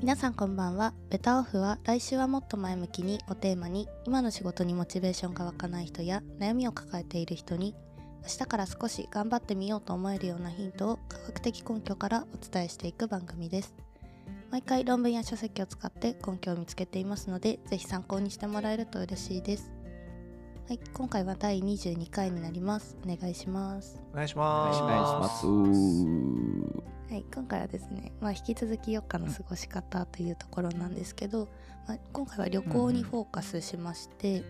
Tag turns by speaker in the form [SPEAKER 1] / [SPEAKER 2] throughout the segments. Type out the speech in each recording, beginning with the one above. [SPEAKER 1] 皆さんこんばんはベタオフは来週はもっと前向きにをテーマに今の仕事にモチベーションが湧かない人や悩みを抱えている人に明日から少し頑張ってみようと思えるようなヒントを科学的根拠からお伝えしていく番組です毎回論文や書籍を使って根拠を見つけていますのでぜひ参考にしてもらえると嬉しいですはい今回は第22回になりますお願いします
[SPEAKER 2] お願いします。
[SPEAKER 3] お願いします。
[SPEAKER 1] はい、今回はですね、まあ、引き続き4日の過ごし方というところなんですけど、まあ、今回は旅行にフォーカスしまして、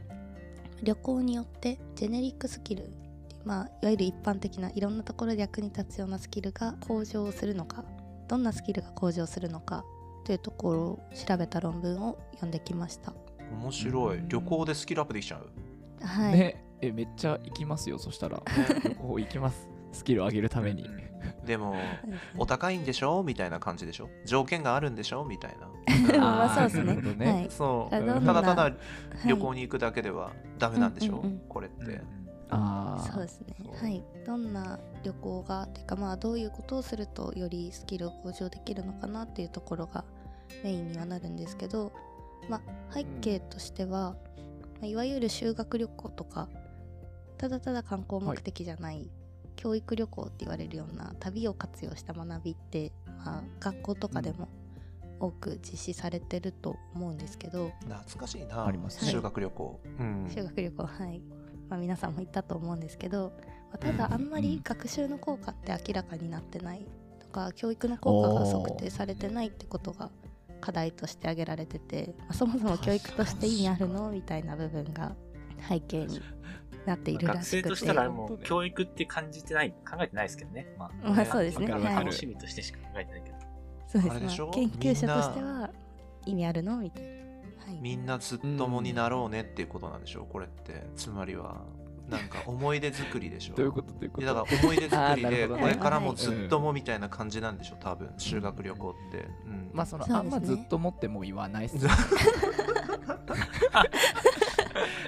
[SPEAKER 1] 旅行によってジェネリックスキルっていう、まあ、いわゆる一般的ないろんなところで役に立つようなスキルが向上するのかどんなスキルが向上するのかというところを調べた論文を読んできました。
[SPEAKER 2] 面白い。旅行でスキルアップでき ちゃう。
[SPEAKER 1] はい、
[SPEAKER 3] ねえめっちゃ行きますよそし たら旅行行きますスキルを上げるために
[SPEAKER 2] で
[SPEAKER 1] そ
[SPEAKER 2] も、
[SPEAKER 1] うですね
[SPEAKER 2] お高いんでしょみたいな感じでしょ条件があるんでしょみたい
[SPEAKER 1] うん
[SPEAKER 2] な。
[SPEAKER 1] まあそうですね
[SPEAKER 3] なるほど
[SPEAKER 1] は
[SPEAKER 3] ね
[SPEAKER 1] い
[SPEAKER 2] そう。
[SPEAKER 1] あどん
[SPEAKER 2] た
[SPEAKER 1] な
[SPEAKER 2] だただ旅
[SPEAKER 1] は
[SPEAKER 2] 行
[SPEAKER 1] い
[SPEAKER 2] に行くだけではダメなんでしょ
[SPEAKER 1] うんうんうん
[SPEAKER 2] これって。
[SPEAKER 3] あ
[SPEAKER 1] そうですねはいどんな旅行がっていうかまあどういうことをするとよりスキルを向上できるのかなっていうところがメインにはなるんですけどまあ背景としては、まあいわゆる修学旅行とかただただ観光目的じゃない、教育旅行って言われるような旅を活用した学びって、まあ、学校とかでも多く実施されてると思うんですけど、
[SPEAKER 2] 懐かしいな。
[SPEAKER 3] あります
[SPEAKER 1] ね
[SPEAKER 2] 修学旅行。うん
[SPEAKER 1] 修学旅行はい、まあ、皆さんも行ったと思うんですけど、まあ、ただあんまり学習の効果って明らかになってないとか教育の効果が測定されてないってことが課題として挙げられてて、まあ、そもそも教育として意味あるのみたいな部分が背景になっているら
[SPEAKER 4] 学
[SPEAKER 1] し
[SPEAKER 4] 生
[SPEAKER 1] く
[SPEAKER 4] と
[SPEAKER 1] て
[SPEAKER 4] したら
[SPEAKER 3] 本
[SPEAKER 4] も
[SPEAKER 3] 当
[SPEAKER 4] う
[SPEAKER 3] ね
[SPEAKER 4] 教育って感じてない考えてないですけどねまあ、
[SPEAKER 1] まあそうですね
[SPEAKER 3] わかるわかる
[SPEAKER 1] はい
[SPEAKER 4] 楽しみとしてしか考えてないけど
[SPEAKER 1] そうです
[SPEAKER 2] あれでしょ
[SPEAKER 1] まあ研究者として
[SPEAKER 2] みん
[SPEAKER 1] は意味あるのみたいな。はい
[SPEAKER 2] みんなずっともになろうねっていうことなんでしょこれって。つまりは、なんか思い出作りでしょ
[SPEAKER 3] どういうことどういうこ
[SPEAKER 2] い
[SPEAKER 3] と
[SPEAKER 2] やだから思い出作り
[SPEAKER 3] あーな
[SPEAKER 2] で
[SPEAKER 3] るほど
[SPEAKER 2] こ
[SPEAKER 3] ね
[SPEAKER 2] れからもずっともみたいな感じなんでしょ多分修学旅行って、うん
[SPEAKER 3] まあその
[SPEAKER 1] そうです
[SPEAKER 3] あ
[SPEAKER 1] ね
[SPEAKER 3] んまずっと持っても言わないっ す ね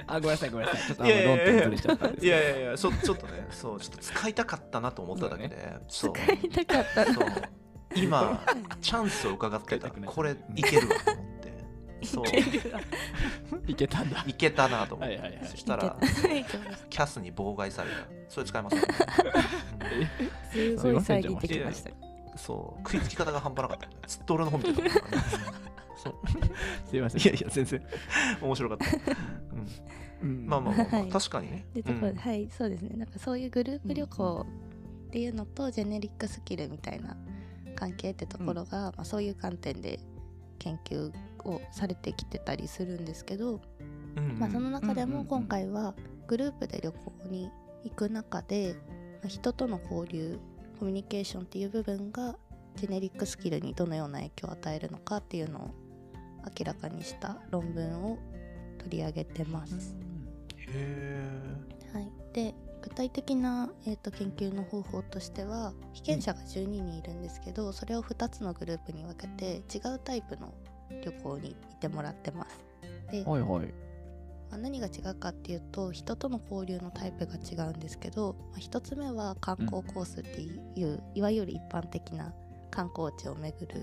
[SPEAKER 3] あごめんなさいごめんなさいちょっとあ
[SPEAKER 2] いや
[SPEAKER 3] の
[SPEAKER 2] いや
[SPEAKER 3] 論
[SPEAKER 2] いや
[SPEAKER 3] 点ずれちゃったんです
[SPEAKER 2] い
[SPEAKER 3] けど
[SPEAKER 2] やいやいやそ ちょっとねそうちょっと使いたかったなと思っただけでそう,、
[SPEAKER 1] 使いたかった
[SPEAKER 2] そう 今チャンスを伺って
[SPEAKER 3] 使い
[SPEAKER 2] た
[SPEAKER 3] たくなっちゃう
[SPEAKER 2] これいけるわと思ってそう
[SPEAKER 3] いけたんだ
[SPEAKER 2] いけたなと思って、
[SPEAKER 3] はいはいはい
[SPEAKER 2] そしたらキャスに妨害されたそれ使います、うん
[SPEAKER 1] すごい遮ってきました。
[SPEAKER 2] そう食いつき方が半端なかったずっと俺の方見てたからねそう
[SPEAKER 3] すいません
[SPEAKER 2] いやいや全然面白かった、うん
[SPEAKER 3] うん
[SPEAKER 2] まあまあまあ、まあ
[SPEAKER 1] はい
[SPEAKER 2] 確かにね。
[SPEAKER 1] でとこ
[SPEAKER 2] うん
[SPEAKER 1] はいそうですねなんかそういうグループ旅行っていうのとジェネリックスキルみたいな関係ってところが、まあ、そういう観点で研究をされてきてたりするんですけど、
[SPEAKER 2] うん
[SPEAKER 1] まあ、その中で
[SPEAKER 3] うんうんう
[SPEAKER 1] も
[SPEAKER 3] ん
[SPEAKER 1] 今回はグループで旅行に行く中で、まあ人との交流コミュニケーションっていう部分がジェネリックスキルにどのような影響を与えるのかっていうのを明らかにした論文を取り上げてます。
[SPEAKER 2] へえ。
[SPEAKER 1] はい、で具体的な、えー、と研究の方法としては被験者が12人いるんですけど、それを2つのグループに分けて違うタイプの旅行に行ってもらってます。で、ま
[SPEAKER 3] はいはい
[SPEAKER 1] あ何が違うかっていうと人との交流のタイプが違うんですけど、ま1つ目は観光コースっていう、いわゆる一般的な観光地を巡る、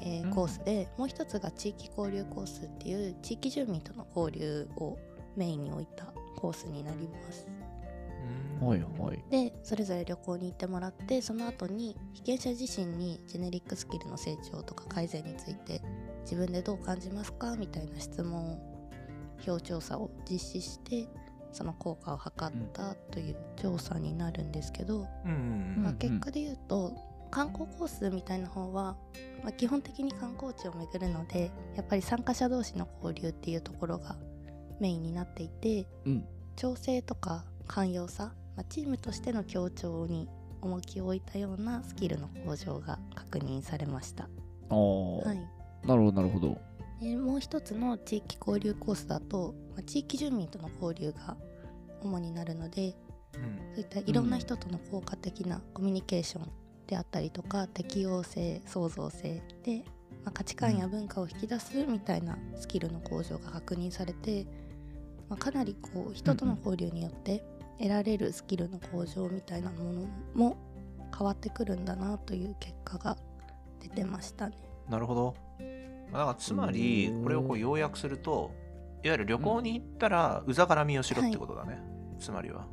[SPEAKER 1] えー
[SPEAKER 3] うん
[SPEAKER 1] コースで、もう1つが地域交流コースっていう地域住民との交流をメインに置いたコースになります。
[SPEAKER 3] はいはい
[SPEAKER 1] でそれぞれ旅行に行ってもらってその後に被験者自身にジェネリックスキルの成長とか改善について自分でどう感じますかみたいな質問を表調査を実施してその効果を測ったという調査になるんですけど、
[SPEAKER 2] うんうんうん
[SPEAKER 1] まあ、
[SPEAKER 3] うん
[SPEAKER 1] 結果で言うと、観光コースみたいな方は、まあ、基本的に観光地を巡るのでやっぱり参加者同士の交流っていうところがメインになっていて、
[SPEAKER 3] うん
[SPEAKER 1] 調整とか寛容さ、まあ、チームとしての協調に重きを置いたようなスキルの向上が確認されました。
[SPEAKER 3] あー
[SPEAKER 1] はい
[SPEAKER 3] なるほどなるほど
[SPEAKER 1] でもう一つの地域交流コースだと、まあ、地域住民との交流が主になるので
[SPEAKER 2] うん
[SPEAKER 1] そういったいろんな人との効果的なコミュニケーションであったりとか、適応性創造性で、まあ価値観や文化を引き出すみたいなスキルの向上が確認されて、まあかなりこう人との交流によって得られるスキルの向上みたいなものも変わってくるんだなという結果が出てましたね。
[SPEAKER 2] なるほど。まあだからつまり
[SPEAKER 3] うん
[SPEAKER 2] これをこう要約するといわゆる旅行に行ったらうざがらみをしろってことだね、つまりは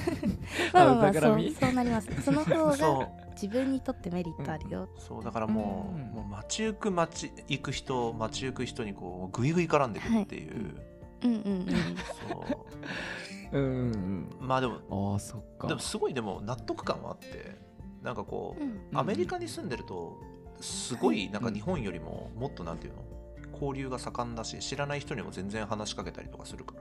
[SPEAKER 1] まあまあま
[SPEAKER 3] あ
[SPEAKER 1] あ
[SPEAKER 3] だ
[SPEAKER 1] そ
[SPEAKER 3] から
[SPEAKER 1] う
[SPEAKER 3] み
[SPEAKER 1] そうなりますその方
[SPEAKER 2] そ
[SPEAKER 1] が
[SPEAKER 2] う
[SPEAKER 1] 自分にとってメリットあるよ、
[SPEAKER 2] そうだからもう,、
[SPEAKER 3] うん
[SPEAKER 2] もう街行く街行く人街行く人にこうグイグイ絡んでくっていう、
[SPEAKER 1] うん、うんうん
[SPEAKER 2] そ
[SPEAKER 3] うんうん
[SPEAKER 2] うまあでも
[SPEAKER 3] うん。ああ、そっか。
[SPEAKER 2] でもすごいでも納得感はあってなんかこう、
[SPEAKER 1] うん
[SPEAKER 2] アメリカに住んでるとすごいなんか日本よりももっとなんていうの交流が盛んだし知らない人にも全然話しかけたりとかするか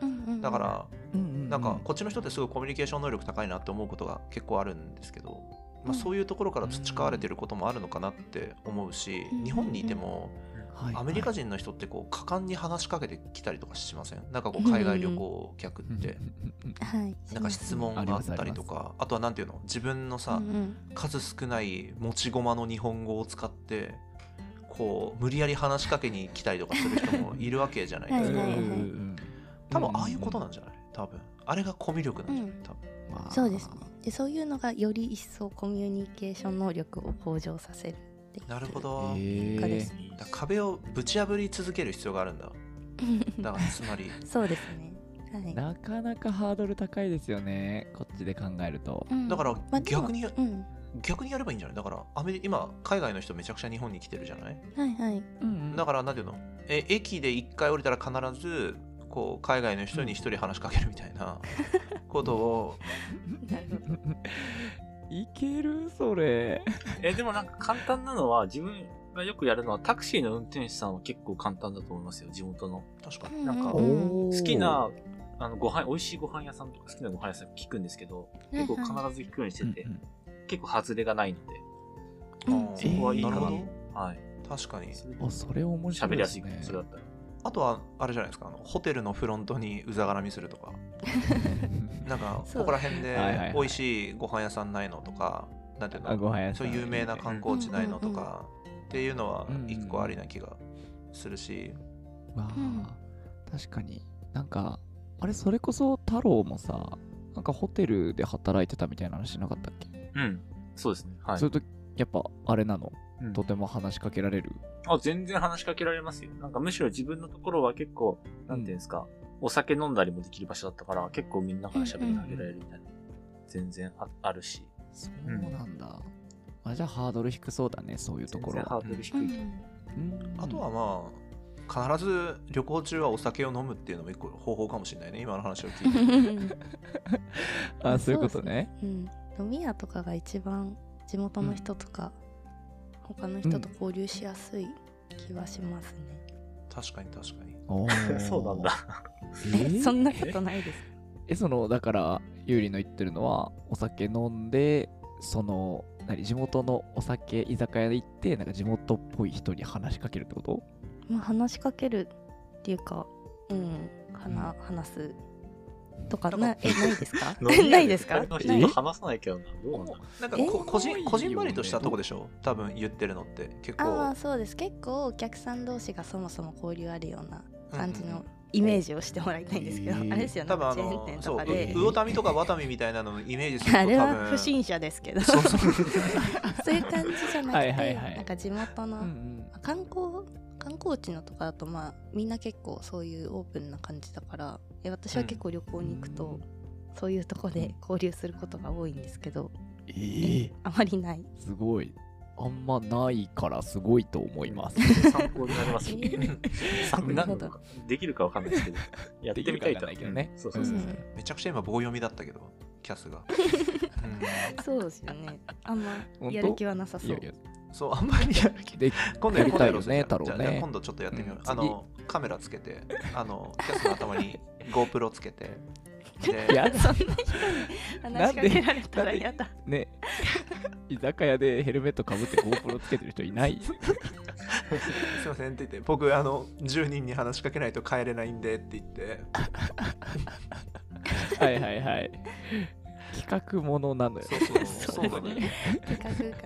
[SPEAKER 2] ら
[SPEAKER 1] うんうん
[SPEAKER 2] だから
[SPEAKER 3] うんうんうん、
[SPEAKER 2] なんかこっちの人ってすごいコミュニケーション能力高いなって思うことが結構あるんですけど、まあ、そういうところから培われてることもあるのかなって思うし
[SPEAKER 1] うん
[SPEAKER 2] 日本にいても
[SPEAKER 3] はい
[SPEAKER 2] アメリカ人の人ってこう果敢に話しかけてきたりとかしませんなんかこう海外旅行客っ
[SPEAKER 3] うん
[SPEAKER 2] て
[SPEAKER 3] うん
[SPEAKER 1] はい
[SPEAKER 2] なんか質問があったりと
[SPEAKER 3] あり
[SPEAKER 2] かあとはなんていうの自分のさ
[SPEAKER 1] うんうん
[SPEAKER 2] 数少ない持ち駒の日本語を使ってこう無理やり話しかけに来たりとかする人もいるわけじゃないで
[SPEAKER 1] は
[SPEAKER 2] す
[SPEAKER 1] い
[SPEAKER 2] か
[SPEAKER 1] は
[SPEAKER 3] うん
[SPEAKER 1] い
[SPEAKER 3] うんうん
[SPEAKER 2] 多分ああいうことなんじゃない多分あれがコミュ力なんじゃない多分
[SPEAKER 3] まあ
[SPEAKER 1] そうですねでそういうのがより一層コミュニケーション能力を向上させるっていう
[SPEAKER 2] なるほど、
[SPEAKER 3] へ
[SPEAKER 1] 結果で
[SPEAKER 3] え
[SPEAKER 1] す
[SPEAKER 2] だから壁をぶち破り続ける必要があるんだだからつまり
[SPEAKER 1] そうですねはい
[SPEAKER 3] なかなかハードル高いですよねこっちで考えると
[SPEAKER 1] うん
[SPEAKER 2] だから
[SPEAKER 1] まあでも
[SPEAKER 2] 逆に
[SPEAKER 1] うん
[SPEAKER 2] 逆にやればいいんじゃないだからアメリ今海外の人めちゃくちゃ日本に来てるじゃない
[SPEAKER 1] はいはい
[SPEAKER 2] だからなんていうのえ駅で1回降りたら必ずこう海外の人に1人話しかけるみたいなことを
[SPEAKER 1] なるほど
[SPEAKER 3] いけるそれ
[SPEAKER 4] え、でもなんか簡単なのは、自分がよくやるのは、タクシーの運転手さんは結構簡単だと思いますよ、地元の。
[SPEAKER 2] 確か
[SPEAKER 1] う
[SPEAKER 2] に
[SPEAKER 1] ん
[SPEAKER 4] なんか
[SPEAKER 1] う
[SPEAKER 3] おー
[SPEAKER 4] 好きな、あの、ご飯、美味しいご飯屋さんとか好きなご飯屋さん聞くんですけど、結構
[SPEAKER 1] はいは
[SPEAKER 4] 必ず聞くようにしてて
[SPEAKER 3] うん、
[SPEAKER 4] 結構外れがないの
[SPEAKER 1] う
[SPEAKER 4] で、
[SPEAKER 1] ん
[SPEAKER 2] あー
[SPEAKER 4] そこはいい
[SPEAKER 2] な
[SPEAKER 4] か
[SPEAKER 2] る
[SPEAKER 4] な
[SPEAKER 2] ほ
[SPEAKER 4] と
[SPEAKER 2] ど。
[SPEAKER 4] はい。
[SPEAKER 2] 確かに
[SPEAKER 4] それ
[SPEAKER 3] うんあそれ面白
[SPEAKER 4] 喋
[SPEAKER 3] い
[SPEAKER 4] り
[SPEAKER 3] で
[SPEAKER 4] やす
[SPEAKER 3] す
[SPEAKER 4] い
[SPEAKER 3] ね。
[SPEAKER 4] それだったら。
[SPEAKER 2] あとはあれじゃないですかあのホテルのフロントにうざがらみするとかなんか
[SPEAKER 1] そう
[SPEAKER 2] ここら辺で
[SPEAKER 3] はいはいはい
[SPEAKER 2] 美味しいご飯屋さんないのとかなんていう
[SPEAKER 3] あご
[SPEAKER 2] の
[SPEAKER 3] 飯屋
[SPEAKER 2] そ
[SPEAKER 3] さん
[SPEAKER 2] ういう有名な観光地ないのとかっていうのは
[SPEAKER 3] うんうんうん
[SPEAKER 2] 一個ありな気がするし
[SPEAKER 3] わあ、
[SPEAKER 1] うん
[SPEAKER 3] 確かになんかあれそれこそ太郎もさなんかホテルで働いてたみたいな話しなかったっけ、
[SPEAKER 4] うん。そうですね。はい
[SPEAKER 3] そ。れとやっぱあれなの、
[SPEAKER 4] うん
[SPEAKER 3] とても話しかけられる
[SPEAKER 4] あ、全然話しかけられますよ。なんかむしろ自分のところは結構、なんていうんですか、お酒飲んだりもできる場所だったから、結構みんなから喋りかけられるみたいな。全然ああるし。
[SPEAKER 3] そうなんだ、あじゃあハードル低そうだねそういうところ
[SPEAKER 4] 全然ハ
[SPEAKER 3] は
[SPEAKER 4] ードル低
[SPEAKER 1] うん
[SPEAKER 4] い。
[SPEAKER 3] うん
[SPEAKER 2] あとはまあ必ず旅行中はお酒を飲むっていうのも一個方法かもしれないね今の話を聞いて
[SPEAKER 3] あそういうことね
[SPEAKER 1] うん飲み屋とかが一番地元の人とか、他の人と交流しやすい気はしますね、
[SPEAKER 2] 確かに確かに
[SPEAKER 3] おー
[SPEAKER 4] そうなんだ。
[SPEAKER 3] えー
[SPEAKER 1] そんなことないです
[SPEAKER 3] えそのだからゆうりの言ってるのはお酒飲んでその何地元のお酒居酒屋で行ってなんか地元っぽい人に話しかけるってこと
[SPEAKER 1] まあ、話しかけるっていうか、うん、かな、話すとかな、え、ないです かないですか
[SPEAKER 4] 飲み屋
[SPEAKER 1] ない
[SPEAKER 4] 二人の人と話さないけどな。どうなんだろう
[SPEAKER 2] なんか
[SPEAKER 1] え
[SPEAKER 2] ここじ
[SPEAKER 3] いい
[SPEAKER 2] ん
[SPEAKER 3] よね
[SPEAKER 2] こじんまりとしたとこでしょ多分言ってるのって結
[SPEAKER 1] あ
[SPEAKER 2] 構
[SPEAKER 1] あ、そうです。結構お客さん同士がそもそも交流あるような感じ
[SPEAKER 2] うんうん
[SPEAKER 1] のイメージをしてもらいたいんですけど、
[SPEAKER 3] えー
[SPEAKER 1] あれですよね、
[SPEAKER 2] 多分あ
[SPEAKER 1] チェーン
[SPEAKER 2] の
[SPEAKER 1] 店
[SPEAKER 2] そ
[SPEAKER 1] と
[SPEAKER 2] う
[SPEAKER 1] か
[SPEAKER 2] う
[SPEAKER 1] で。
[SPEAKER 2] 魚民とかワタミみたいなののイメージすると
[SPEAKER 1] あ
[SPEAKER 2] 多
[SPEAKER 1] れ
[SPEAKER 2] 分
[SPEAKER 1] は不審者ですけど、
[SPEAKER 2] そ
[SPEAKER 1] そう
[SPEAKER 2] そうそう
[SPEAKER 1] ういう感じじゃなくて、
[SPEAKER 3] はいはいはい
[SPEAKER 1] なんか地元の、
[SPEAKER 3] ん
[SPEAKER 1] 観光観光地のとかだとまあみんな結構そういうオープンな感じだからえ私は結構旅行に行くと、
[SPEAKER 3] うん
[SPEAKER 1] そういうとこで交流することが多いんですけど、
[SPEAKER 3] えー
[SPEAKER 1] あまりない。
[SPEAKER 3] すごいあんまないからすごいと思います
[SPEAKER 4] 参考になりま すね。参考になるのかできるかわかんないですけど、やってみたいと
[SPEAKER 3] できるかわかん
[SPEAKER 4] は
[SPEAKER 3] ないけどね
[SPEAKER 4] そうそうそう。
[SPEAKER 1] うん
[SPEAKER 2] めちゃくちゃ今棒読みだったけどキャスが、
[SPEAKER 1] そうですよね。あんま
[SPEAKER 3] 本当
[SPEAKER 1] やる気はなさ
[SPEAKER 3] い
[SPEAKER 1] そう。
[SPEAKER 3] やいや
[SPEAKER 2] うんそうあんまりやる気
[SPEAKER 3] で
[SPEAKER 2] 今度や
[SPEAKER 3] やり
[SPEAKER 2] 今
[SPEAKER 3] た
[SPEAKER 2] 度
[SPEAKER 3] い
[SPEAKER 2] や
[SPEAKER 3] よ
[SPEAKER 2] ろう
[SPEAKER 3] ね
[SPEAKER 2] ぜじゃあ
[SPEAKER 3] 太郎ね
[SPEAKER 2] じゃあ今度ちょっとやってみよう、
[SPEAKER 3] うん
[SPEAKER 2] あのカメラつけてあのキャスの頭に GoPro つけて
[SPEAKER 3] い
[SPEAKER 2] で
[SPEAKER 3] や
[SPEAKER 1] そんな人に話しかけられたら嫌だ。
[SPEAKER 3] ね居酒屋でヘルメットかぶって GoPro つけてる人いない
[SPEAKER 2] すいませんって言って僕あの10人に話しかけないと帰れないんでって言って
[SPEAKER 3] はいはいはい企画ものなのよ
[SPEAKER 2] そうそうそう
[SPEAKER 1] そう
[SPEAKER 2] なのよ
[SPEAKER 1] 比較感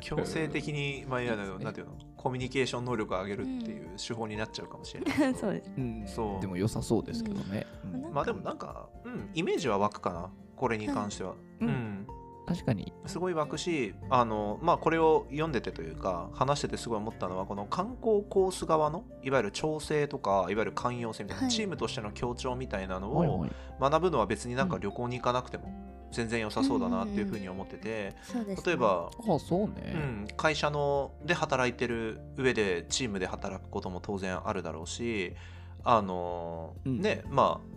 [SPEAKER 2] 強制的に、まあ、いわゆ
[SPEAKER 3] そ
[SPEAKER 2] る
[SPEAKER 3] うですね
[SPEAKER 2] なんていうのコミュニケーション能力を上げるっていう手法になっちゃうかもしれないけど、
[SPEAKER 1] じ。 そうです。
[SPEAKER 3] うん
[SPEAKER 2] そう
[SPEAKER 3] でも良さそうですけどね、うん
[SPEAKER 1] なんか
[SPEAKER 2] まあでもなんか、うん、イメージは湧くかなこれに関しては、
[SPEAKER 3] うん
[SPEAKER 2] うん
[SPEAKER 3] 確かに。
[SPEAKER 2] すごい湧くしあの、まあ、これを読んでてというか話しててすごい思ったのはこの観光コース側のいわゆる調整とかいわゆる寛容性みたいな、
[SPEAKER 1] はい
[SPEAKER 2] チームとしての協調みたいなの
[SPEAKER 3] おいお
[SPEAKER 2] を
[SPEAKER 3] い
[SPEAKER 2] 学ぶのは別になんか旅行に行かなくても全然良さそうだなっていうふうに思ってて、
[SPEAKER 1] そうですね
[SPEAKER 2] 例えば、
[SPEAKER 3] ああ、そう
[SPEAKER 2] う
[SPEAKER 3] ね。
[SPEAKER 2] ん、会社ので働いてる上でチームで働くことも当然あるだろうしあの、
[SPEAKER 3] うん
[SPEAKER 2] ねまあ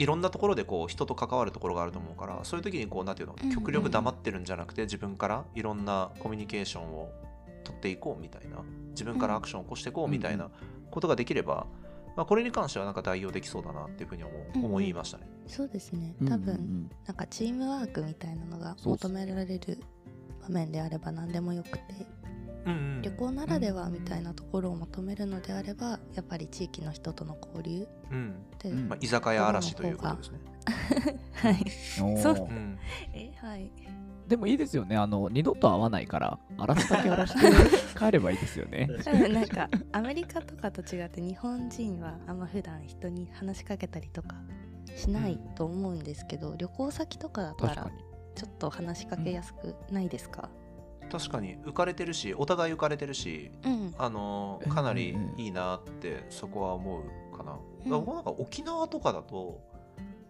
[SPEAKER 2] いろんなところでこう人と関わるところがあると思うからそういう時にこうなんていうの
[SPEAKER 1] うんうん
[SPEAKER 2] 極力黙ってるんじゃなくて自分からいろんなコミュニケーションを取っていこうみたいな自分からアクションを起こしていこうみたいなことができれば、まあ、これに関してはなんか代用できそうだなっていうふうに思
[SPEAKER 1] うんうん
[SPEAKER 2] う思いましたね。
[SPEAKER 1] そうですね
[SPEAKER 3] うん
[SPEAKER 1] 多
[SPEAKER 3] う
[SPEAKER 1] 分
[SPEAKER 3] ん
[SPEAKER 1] なんかチームワークみたいなのが
[SPEAKER 3] そうっ
[SPEAKER 1] 求
[SPEAKER 3] す
[SPEAKER 1] められる場面であれば何でもよくて
[SPEAKER 2] うんうん
[SPEAKER 1] 旅行ならではみたいなところを求めるのであればやっぱり地域の人との交流
[SPEAKER 2] うん
[SPEAKER 1] って、
[SPEAKER 3] うん
[SPEAKER 2] まあ、居酒屋嵐ということですね。
[SPEAKER 1] はい
[SPEAKER 3] うん
[SPEAKER 1] そう
[SPEAKER 3] おー
[SPEAKER 2] うん
[SPEAKER 1] えはい
[SPEAKER 3] でもいいですよね。あの、二度と会わないから、荒らすだけ荒らして帰ればいいですよね。
[SPEAKER 1] 多分なんかアメリカとかと違って日本人はあんま普段人に話しかけたりとかしないと思うんですけど、旅行先とかだった
[SPEAKER 3] 確
[SPEAKER 1] ら
[SPEAKER 3] かに。
[SPEAKER 1] ちょっと話しかけやすくないですか
[SPEAKER 2] 確かに浮かれてるしお互い浮かれてるし
[SPEAKER 1] うん
[SPEAKER 2] あの
[SPEAKER 3] うん
[SPEAKER 2] かなりいいなってそこは思うかな。
[SPEAKER 1] うん
[SPEAKER 2] 僕なんか沖縄とかだと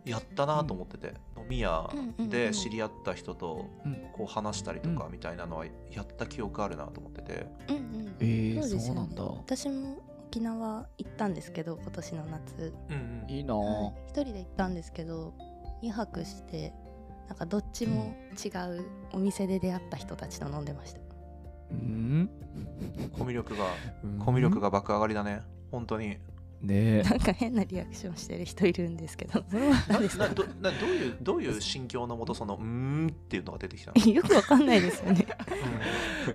[SPEAKER 2] やったなと思ってて、飲み屋で知り合った人と
[SPEAKER 3] うん
[SPEAKER 2] こう話したりとか
[SPEAKER 3] う
[SPEAKER 2] みたいなのはやった記憶あるなと思ってて。
[SPEAKER 1] うんうん
[SPEAKER 3] えー
[SPEAKER 1] ですよ
[SPEAKER 3] そ
[SPEAKER 1] ね
[SPEAKER 3] うなんだ
[SPEAKER 1] 私も沖縄行ったんですけど今年の夏
[SPEAKER 2] うんうん
[SPEAKER 3] いいなぁ。
[SPEAKER 1] はい一人で行ったんですけど2泊してなんかどっちも違うお店で出会った人たちと飲んでました、
[SPEAKER 3] うん
[SPEAKER 2] コミュ力がコミュ力が爆上がりだね。本当に。
[SPEAKER 3] ねえ
[SPEAKER 1] なんか変なリアクションしてる人いるんですけ どそれは何です
[SPEAKER 2] な
[SPEAKER 1] か
[SPEAKER 2] どなどういうどういう心境のもとそのうーんっていうのが出てきたの。
[SPEAKER 1] よくわかんないですよね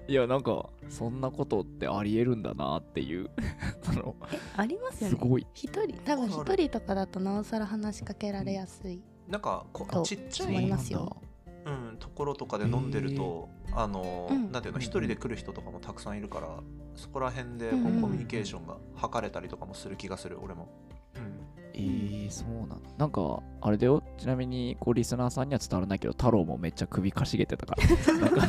[SPEAKER 3] いやなんかそんなことってありえるんだなっていう その
[SPEAKER 1] え ありますよ
[SPEAKER 3] す
[SPEAKER 1] ね
[SPEAKER 3] ごい
[SPEAKER 1] 一人多分一人とかだとなおさら話しかけられやすい、
[SPEAKER 2] なんかこ
[SPEAKER 1] そう
[SPEAKER 2] ちっちゃ
[SPEAKER 1] 思
[SPEAKER 2] い
[SPEAKER 1] いますよ
[SPEAKER 2] うん、ところとかで飲んでると、あの、
[SPEAKER 1] うん
[SPEAKER 2] なんていうの一人で来る人とかもたくさんいるから、そこら辺でこ
[SPEAKER 1] うんうん
[SPEAKER 2] うコミュニケーションが図れたりとかもする気がする俺も、うん、
[SPEAKER 3] えー、そうなんだなんかあれだよちなみにこうリスナーさんには伝わらないけど太郎もめっちゃ首かしげてたからなんか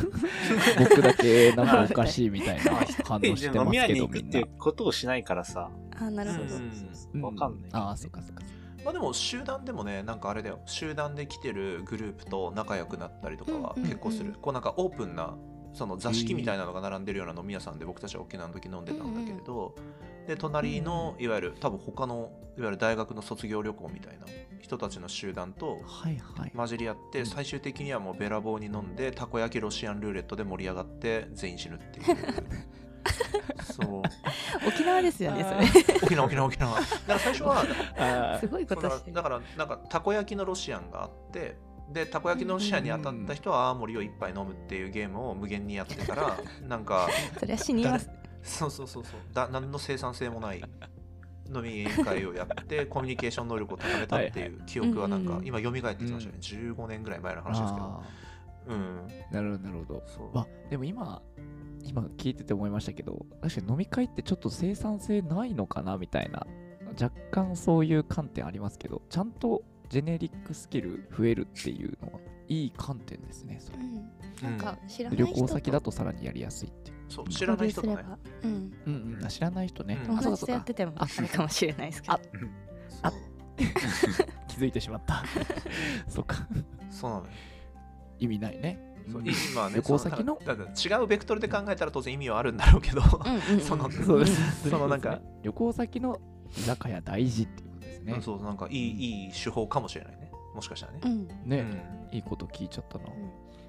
[SPEAKER 3] 僕だけなんかおかしいみたいな反応
[SPEAKER 4] で
[SPEAKER 3] して
[SPEAKER 4] 飲
[SPEAKER 3] ます
[SPEAKER 4] み屋
[SPEAKER 3] け
[SPEAKER 4] に
[SPEAKER 3] ど
[SPEAKER 4] 行く
[SPEAKER 3] み
[SPEAKER 4] っ
[SPEAKER 3] ん
[SPEAKER 4] て
[SPEAKER 3] な
[SPEAKER 4] いうことをしないからさ。
[SPEAKER 1] あなるほ
[SPEAKER 4] そう
[SPEAKER 1] ど、
[SPEAKER 4] そうそううんわかんない。
[SPEAKER 3] ああそうかそうかそうか
[SPEAKER 2] まあでも集団でもねなんかあれだよ集団で来てるグループと仲良くなったりとかは
[SPEAKER 1] うんうんうん
[SPEAKER 2] 結構する、こうなんかオープンなその座敷みたいなのが並んでるような飲み屋さんで僕たちは沖縄の時飲んでたんだけれど、で隣のいわゆる多分他のいわゆる大学の卒業旅行みたいな人たちの集団と
[SPEAKER 3] はいはい
[SPEAKER 2] 混じり合って、
[SPEAKER 3] うん
[SPEAKER 2] 最終的にはもうべらぼうに飲んでたこ焼きロシアンルーレットで盛り上がって全員死ぬっていうそう
[SPEAKER 1] 沖縄ですよね
[SPEAKER 3] あ
[SPEAKER 1] そ
[SPEAKER 3] ー
[SPEAKER 1] れ
[SPEAKER 2] 沖縄沖縄沖縄だから最初は
[SPEAKER 3] あ
[SPEAKER 1] すごい
[SPEAKER 2] そ
[SPEAKER 1] こ
[SPEAKER 2] う
[SPEAKER 1] と
[SPEAKER 2] だ
[SPEAKER 1] してる
[SPEAKER 2] だからなんかたこ焼きのロシアンがあってでたこ焼きのロシアンに当たった人は青森を一杯飲むっていうゲームを無限にやってたらなんか
[SPEAKER 1] それは死にます
[SPEAKER 2] そうそうそうそうだ何の生産性もない飲み会をやってコミュニケーション能力を高めたっていう記憶はなん
[SPEAKER 1] うん
[SPEAKER 2] か
[SPEAKER 1] うん
[SPEAKER 2] 今蘇ってきましたね15年ぐらい前の話ですけど
[SPEAKER 3] あ
[SPEAKER 2] うん
[SPEAKER 3] ーなるほどなるほど
[SPEAKER 2] そう
[SPEAKER 3] まあでも今今聞いてて思いましたけど確かに飲み会ってちょっと生産性ないのかなみたいな若干そういう観点ありますけどちゃんとジェネリックスキル増えるっていうのはいい観点ですねそれ
[SPEAKER 1] うんなんか知らない
[SPEAKER 3] 旅
[SPEAKER 1] 人と
[SPEAKER 3] 行先だとさらにやりやすいっていう、
[SPEAKER 2] そう知らない人と
[SPEAKER 1] 交
[SPEAKER 2] ね
[SPEAKER 1] 流すればうん
[SPEAKER 3] うんうん、知らない人ね、
[SPEAKER 2] うん
[SPEAKER 3] あ
[SPEAKER 1] 友
[SPEAKER 3] そ
[SPEAKER 1] 達
[SPEAKER 3] うかそ
[SPEAKER 1] と
[SPEAKER 3] う
[SPEAKER 1] や
[SPEAKER 3] か
[SPEAKER 1] ってても
[SPEAKER 3] あ
[SPEAKER 1] あれかもしれないですけど
[SPEAKER 3] あ
[SPEAKER 2] そう
[SPEAKER 3] 気づいてしまった そうか
[SPEAKER 2] そうなのよ
[SPEAKER 3] 意味ないね
[SPEAKER 2] そう
[SPEAKER 3] うん
[SPEAKER 2] 今はね
[SPEAKER 3] 旅行先の
[SPEAKER 2] そだからだから違うベクトルで考えたら当然意味はあるんだろうけど、
[SPEAKER 1] うんうんうん
[SPEAKER 2] その
[SPEAKER 3] そうです
[SPEAKER 2] そのなんか
[SPEAKER 3] 旅行先の居酒屋大事っていうことですね
[SPEAKER 2] そうなんかいいいい手法かもしれないねもしかしたらね
[SPEAKER 1] う、ん
[SPEAKER 2] う
[SPEAKER 3] ね、
[SPEAKER 2] ん
[SPEAKER 3] いいこと聞いちゃったな、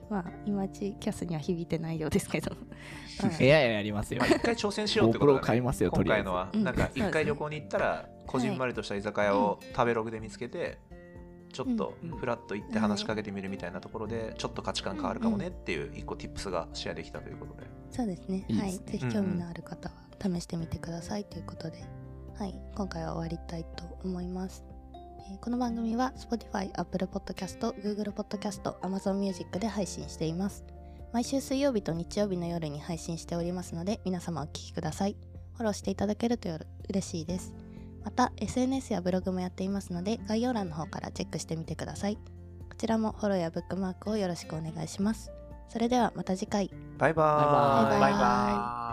[SPEAKER 1] まあいまいちキャスには響いてないようですけど、はい
[SPEAKER 3] いやいやありますよ
[SPEAKER 2] まあ一回挑戦しようってこと
[SPEAKER 3] 心を
[SPEAKER 2] だ、ね、
[SPEAKER 3] 買いますよと
[SPEAKER 2] 今
[SPEAKER 3] りあ
[SPEAKER 2] 回
[SPEAKER 3] えず
[SPEAKER 2] のは、
[SPEAKER 1] うん
[SPEAKER 2] なんか
[SPEAKER 1] そうですね
[SPEAKER 2] 一回旅行に行ったらこじんまりとした居酒屋を食べログで見つけて、ちょっと
[SPEAKER 3] うん
[SPEAKER 2] フラッと行って話しかけてみるみたいなところでちょっと価値観変わるかもねっていう一個 tips がシェアできたということで、
[SPEAKER 1] そうですね
[SPEAKER 3] いいですね
[SPEAKER 1] はいぜひ興味のある方は試してみてくださいということで、はい今回は終わりたいと思います、えーこの番組は Spotify、Apple Podcast、Google Podcast、Amazon Music で配信しています毎週水曜日と日曜日の夜に配信しておりますので皆様お聞きくださいフォローしていただけるとよろ嬉しいですまた SNS やブログもやっていますので概要欄の方からチェックしてみてくださいちらもフォローやブックマークをよろしくお願いしますそれではまた次回
[SPEAKER 2] バイバ
[SPEAKER 3] バイバ
[SPEAKER 2] ーイ
[SPEAKER 3] イ
[SPEAKER 1] バイバ
[SPEAKER 4] イ